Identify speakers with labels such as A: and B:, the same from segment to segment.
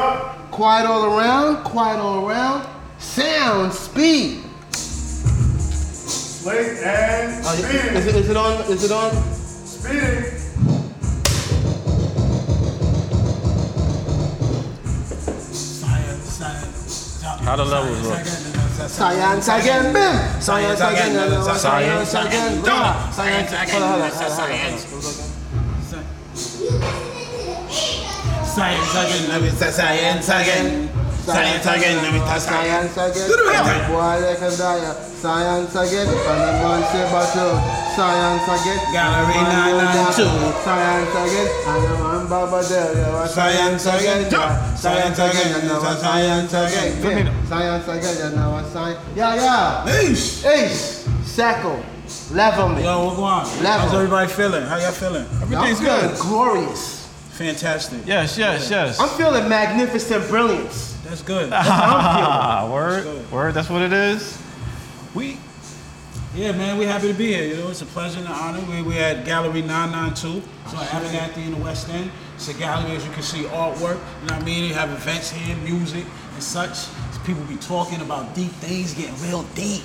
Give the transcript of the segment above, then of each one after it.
A: up.
B: Quiet all around, quiet all around. Sound, speed.
A: Slate and
B: Oh,
A: speeding.
B: is, it, is it on? Is it on?
A: Speeding.
C: How the levels look?
B: Science again, bim. Science again, science, science again, rah. science again. Hold on, hold on, hold on, hold on.
D: Science again, let me say science again. Science again, let me say science.
B: Science again. Boy, they can die. Science again. And the man say battle. Science again.
D: Gallery
B: And the man
D: 992.
B: back. Science again. And the man Baba there. there was
D: Science again. Science again.
B: And there was
D: Science again.
B: Yeah, Science again. And there was science. Yeah, yeah.
D: Eesh.
B: Ace. Sackle. Level me.
D: Yo, what's going on?
B: Level.
D: How's everybody feeling? How y'all feeling?
B: I'm
D: Everything's
B: feeling
D: good.
B: glorious.
D: Fantastic.
C: Yes, yes, yes.
B: I'm feeling magnificent brilliance.
D: That's good.
C: Ah, word, word. That's what it is. We
D: Yeah, man, we're happy to be here. You know, it's a pleasure and an honor. We, we're at Gallery 992, so at Abernathy in the West End. It's a gallery, as you can see, artwork. You know what I mean? You have events here, music, and such. People be talking about deep things, getting real deep.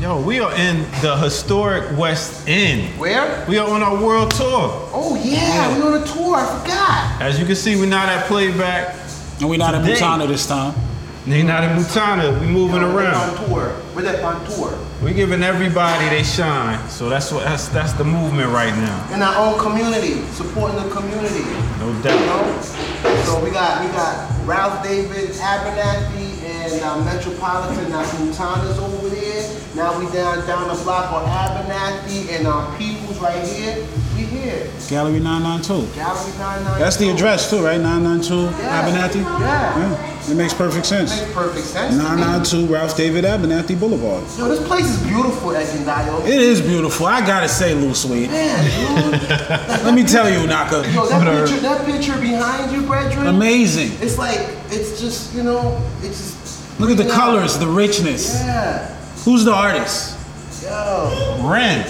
C: Yo, we are in the historic West End.
B: Where?
C: We are on our world tour.
B: Oh yeah, we on a tour. I forgot.
C: As you can see, we're not at playback.
D: And we're not at
C: Today-
D: Mutana this time.
C: They not at Mutana. We moving
B: We're
C: around.
B: on tour. We're up on tour.
C: We giving everybody they shine. So that's what that's that's the movement right now.
B: in our own community, supporting the community.
C: No
B: You
C: doubt.
B: know? So we got we got Ralph David Abernathy and uh, Metropolitan. Now Fontana's over there. Now we down down the block on Abernathy and our peoples right here. We here.
D: Gallery 992.
B: Gallery 99.
D: That's the address, too, right? 992
B: Yeah.
D: Abernathy?
B: Yeah.
D: yeah. It makes perfect sense.
B: Makes perfect sense. to me.
D: 992 Ralph David Abernathy Boulevard.
B: Yo, this place is beautiful, Egendayo.
D: It is beautiful. I gotta say, Lou Sweet.
B: Man, dude.
D: Let me tell you, Naka.
B: Yo, that picture, that picture behind you, brethren.
D: Amazing.
B: It's like it's just you know it's just.
D: Look at the colors, the richness.
B: Yeah.
D: Who's the artist?
B: Yo.
C: Ren.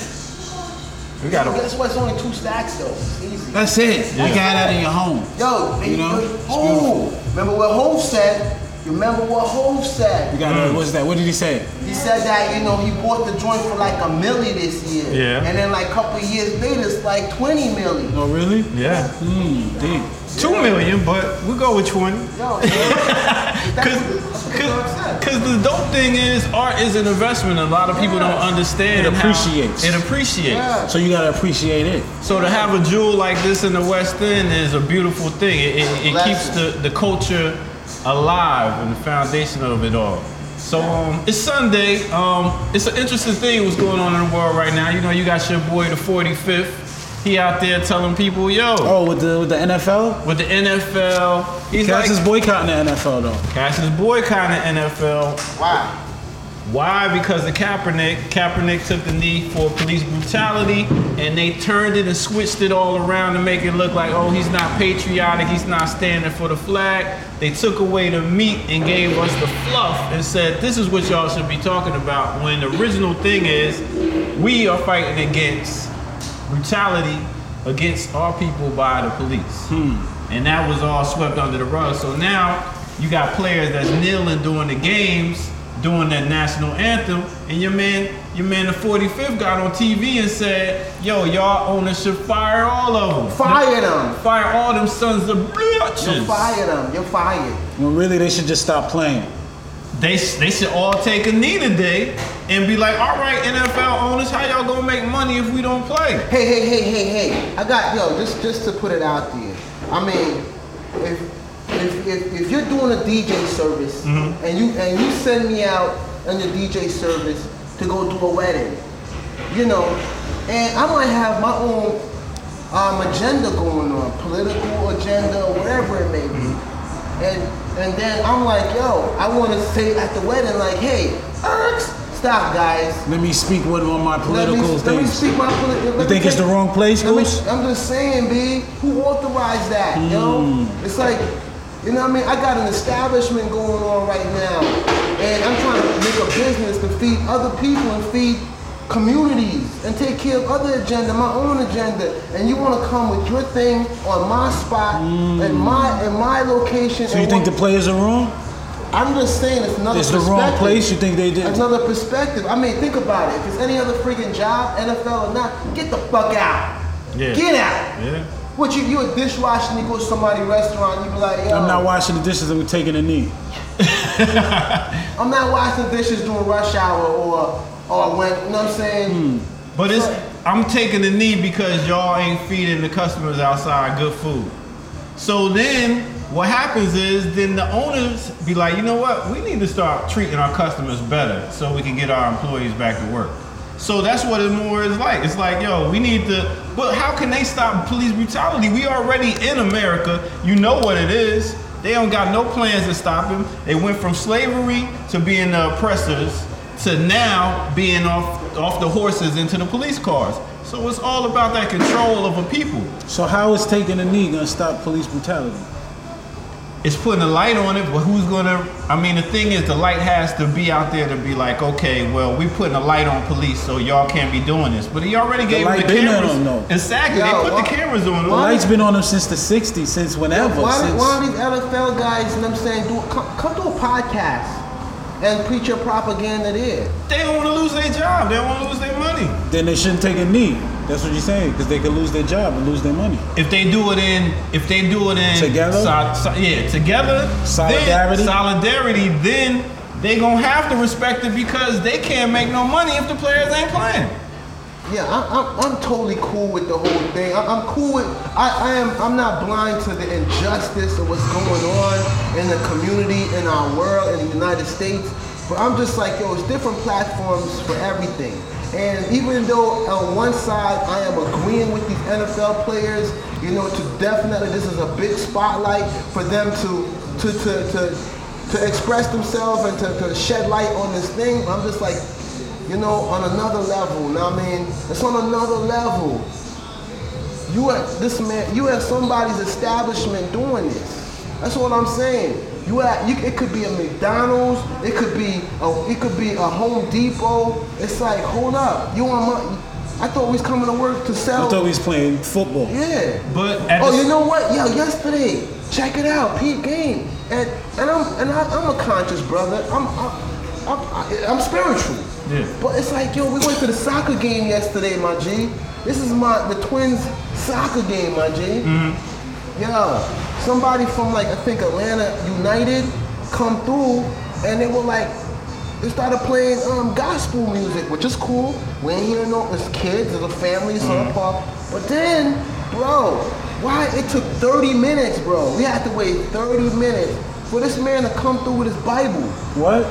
C: We got a
B: That's why it's only two stacks though. It's Easy.
D: That's it. You got that in your home.
B: Yo,
D: You
B: you know,
D: know, it's
B: Hove. Remember what Hove said? You remember what Hove
D: You
B: said?
D: got that. What's that? What did he say?
B: He said that you know he bought the joint for like a milli this year.
C: Yeah.
B: And then like a couple of years later, it's like twenty milli.
D: Oh, really?
C: yeah.
D: Hmm. Deep.
C: Two million, but we go with twenty.
B: Yo, that's what,
C: Cause,
B: that's what Hov
C: cause,
B: said.
C: 'cause the dope thing is art is an investment. A lot of people don't understand.
D: It
C: how-
D: appreciates.
C: It appreciates.
B: Yeah.
D: So you gotta appreciate it.
C: So to have a jewel like this in the West End is a beautiful thing. It, it, it keeps
B: Blessing.
C: the, the culture alive and the foundation of it all. So um, it's Sunday. Um, it's an interesting thing what's going on in the world right now. You know, you got your boy the 45th. He out there telling people, yo,
D: Oh, with the with the NFL.
C: with the NFL, he's
D: Cass is
C: like,
D: boycotting the NFL though.
C: Cass is boycotting NFL.
B: Wow.
C: Why? Because the Kaepernick, Kaepernick took the knee for police brutality, and they turned it and switched it all around to make it look like, oh, he's not patriotic, he's not standing for the flag. They took away the meat and gave us the fluff and said, this is what y'all should be talking about. When the original thing is, we are fighting against brutality against our people by the police.
B: Hmm.
C: And that was all swept under the rug. So now you got players that's kneeling during the games, doing that national anthem, and your man, your man the 45th got on TV and said, yo, y'all owners should fire all of them.
B: Fire them.
C: Fire all them sons of
B: You
C: bitches.
B: fire them. You're fired.
D: When really they should just stop playing.
C: They, sh- they should all take a knee today and be like, all right, NFL owners, how y'all gonna make money if we don't play?
B: Hey, hey, hey, hey, hey. I got yo, just just to put it out there. I mean, if if if, if you're doing a DJ service
D: Mm-hmm.
B: and you and you send me out on your DJ service to go do a wedding, you know, and I might have my own um, agenda going on, political agenda, whatever it may be.
D: Mm-hmm.
B: And and then I'm like, yo, I want to say at the wedding, like, hey, Erks, stop, guys.
D: Let me speak with on my
B: Let me-
D: political
B: Let me
D: things.
B: speak my political.
D: you think it's the wrong place,
B: Let me-
D: Goose?
B: I'm just saying, B. Who authorized that? Yo,
D: Hmm.
B: it's like, you know what I mean? I got an establishment going on right now, and I'm trying to make a business to feed other people and feed communities and take care of other agenda, my own agenda, and you want to come with your thing on my spot and my and my location.
D: Hmm. So you
B: and
D: think the
B: what-
D: players are wrong?
B: I'm just saying it's another
D: It's the
B: perspective.
D: wrong place? You think they did-
B: another perspective? I mean, think about it. If it's any other freaking job, NFL or not, get the fuck out.
C: Yeah.
B: Get out.
C: Yeah.
B: What you you a dishwasher? and You go to somebody's restaurant, you be like, yo,
D: I'm not washing the dishes and we're taking a knee.
B: I'm not washing dishes during rush hour or or when you know what I'm saying.
D: Hmm,
C: But it's I'm taking the knee because y'all ain't feeding the customers outside good food. So then what happens is then the owners be like, you know what, we need to start treating our customers better so we can get our employees back to work. So that's what it more is like. It's like, yo, we need to but how can they stop police brutality? We already in America. You know what it is. They don't got no plans to stop them. They went from slavery to being the oppressors to now being off off the horses into the police cars. So it's all about that control of a people.
D: So how is taking a knee gonna stop police brutality?
C: It's putting a light on it, but who's gonna? I mean, the thing is, the light has to be out there to be like, okay, well, we putting a light on police, so y'all can't be doing this. But he already gave them
D: light
C: the
D: been on
C: cameras.
D: them, though.
C: Exactly,
B: Yo,
C: they put
B: why-
C: the cameras on.
D: The
C: them.
D: light's been on them since the '60s, since whenever.
B: Why, do-
D: since-
B: why do these NFL guys, you know what I'm saying, do, come, come to a podcast and preach your propaganda there?
C: They don't want to lose their job. They don't want to lose their money.
D: then they shouldn't take a knee. That's what you're saying, because they could lose their job and lose their money.
C: If they do it in, if they do it in
D: Together?
C: so- so- yeah, together,
D: Solidarity?
C: then, solidarity, then they gonna have to respect it because they can't make no money if the players ain't playing.
B: Yeah, I, I'm, I'm totally cool with the whole thing. I, I'm cool with, I, I am, I'm not blind to the injustice of what's going on in the community, in our world, in the United States. But I'm just like, yo, it's different platforms for everything. And even though on one side I am agreeing with these NFL players, you know, to definitely this is a big spotlight for them to, to, to, to to express themselves and to, to shed light on this thing. I'm just like, you know, on another level. Now I mean, it's on another level. You at this man, you at somebody's establishment doing this. That's what I'm saying. You at you, it could be a McDonald's, it could be a, it could be a Home Depot. It's like, hold up, you on my? I thought we was coming to work to
D: I
B: sell.
D: thought we was playing football.
B: yeah.
C: But at
B: Oh,
C: the-
B: you know what? Yo, yesterday, check it out, Pete Game, and and I'm and I, I'm a conscious brother. I'm I'm, I'm, I'm spiritual.
C: Yeah.
B: But it's like, yo, we went to the soccer game yesterday, my G. This is my the Twins soccer game, my G. Yeah, somebody from like I think Atlanta United come through, and they were like, they started playing um, gospel music, which is cool. We ain't hearing no, it's kids, it's a family, it's
D: Mm-hmm.
B: all pop. But then, bro, why it took 30 minutes, bro? We had to wait 30 minutes for this man to come through with his Bible.
D: What?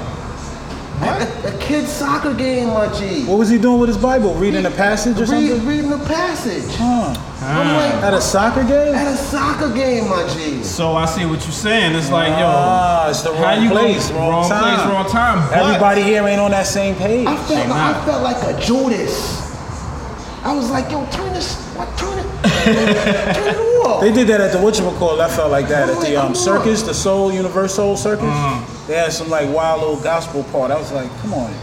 B: A, a kid's soccer game, my G.
D: What was he doing with his Bible? Reading a passage or
B: Read,
D: something? Ah.
B: reading the passage.
D: Huh.
B: I'm like,
D: At a soccer game?
B: at a soccer game, my G.
C: so I see what you're saying. It's like, yo,
D: Ah, it's the wrong
C: how you gonna-
D: place, wrong,
C: wrong place,
D: time.
C: wrong time, but-
D: Everybody here ain't on that same page.
B: I felt,
C: They
B: like,
C: not.
B: I felt like a Judas. I was like, yo, turn this, what, turn it, turn it off.
D: They did that at the whatchamacallit. I felt like that at the
B: Come
D: um,
B: on.
D: circus, the Soul Universe Soul Circus.
C: Uh-huh.
D: They had some like wild little gospel part. I was like, come on.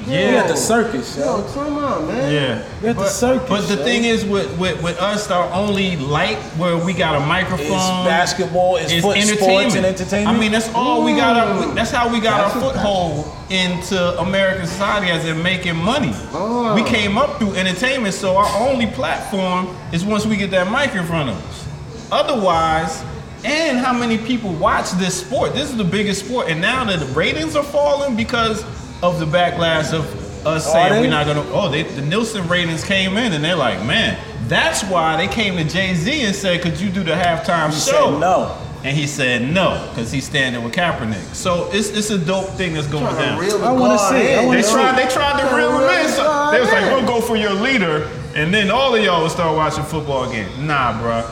C: yeah.
D: We at the circus, yo.
B: Yo, turn on, man.
C: Yeah.
D: We at the circus.
C: But the
D: yo.
C: thing is, with, with, with us, our only light where we got a microphone,
D: It's basketball, it's,
C: is
D: foot sports and entertainment.
C: I mean, that's all we got. Our,
B: Ooh.
C: that's how we got
B: That's
C: our
B: a-
C: foothold into American society, as in making money.
B: Oh.
C: We came up through entertainment, so our only platform is once we get that mic in front of us. Otherwise, and how many people watch this sport? This is the biggest sport, and now that the ratings are falling because of the backlash of us
D: Are
C: saying
D: they?
C: we're not gonna. Oh, they, the Nielsen ratings came in, and they're like, man, that's why they came to Jay Z and said, "Could you do the halftime
D: He
C: show?"
D: said no.
C: And he said no, because he's standing with Kaepernick. So it's it's a dope thing that's going
B: Trying to
C: down.
B: reel the
D: I wanna
B: guard
D: see, I
B: in,
D: wanna
C: They
B: yo.
D: see.
C: tried they tried to
B: Trying
C: reel him in. So
B: guard
C: they was like,
B: in.
C: we'll go for your leader, and then all of y'all will start watching football again. Nah, bruh.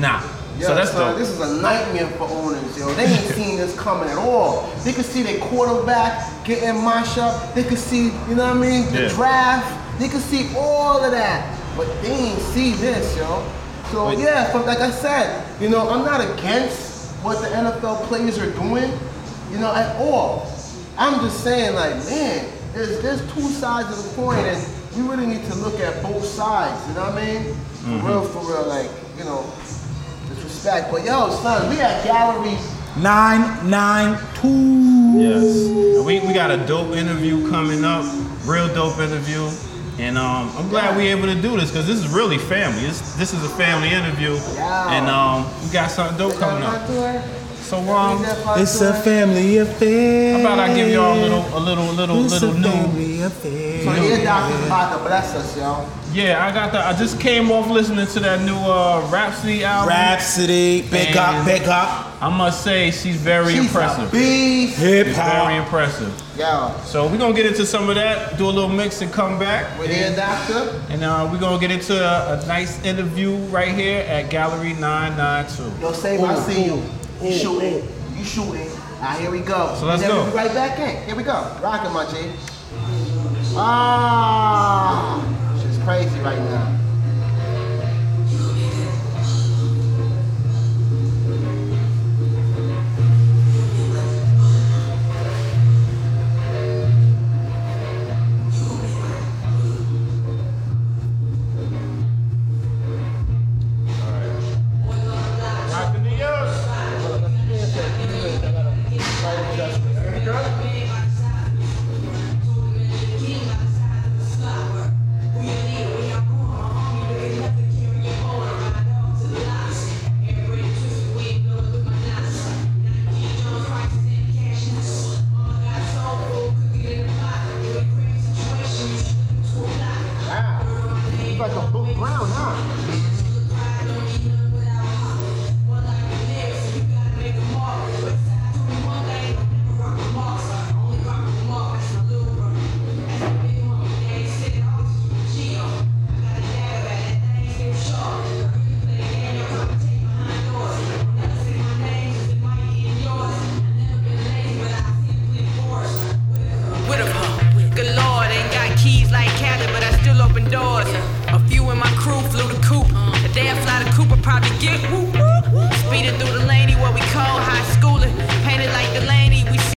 C: Nah.
B: Yo,
C: so that's
B: son,
C: dope.
B: this is a nightmare for owners, yo. They ain't seen this coming at all. They could see their quarterback getting mashed up. They could see, you know what I mean, the
C: Yeah.
B: draft. They could see all of that, but they ain't see this, yo. So yeah, but like I said, you know, I'm not against what the NFL players are doing, you know, at all. I'm just saying, like, man, there's there's two sides of the coin, and we really need to look at both sides. You know what I mean? For
D: Mm-hmm.
B: real, for real, like you know, disrespect. But yo, son, we at galleries.
D: Nine nine two.
C: Yes. And we, we got a dope interview coming up, real dope interview. And um, I'm glad we able to do this because this is really family. It's, this is a family interview.
B: Yeah.
C: And um, we got something dope coming up. So um, how
D: It's a family affair.
C: about I give y'all a little, a little, little,
D: It's
C: little
D: a
C: new.
D: family affair.
B: So your doctor's about to bless us, yo.
C: Yeah, I got that. I just came off listening to that new uh, Rhapsody album.
D: Rhapsody, big up,
C: And-
D: big up.
C: I must say she's very
B: She's
C: impressive.
B: a beast.
D: Hip
C: She's very
D: hop.
C: impressive.
B: Yo,
C: So we're gonna get into some of that, do a little mix and come back.
B: with your doctor.
C: And uh, we're gonna get into a, a nice interview right here at Gallery 992.
B: Yo, save, I see you. You shooting. You shooting. Ah, here we go.
C: So let's
B: And then
C: go.
B: We be right back in. Here we go. Rocking my G. Ah, she's crazy right now.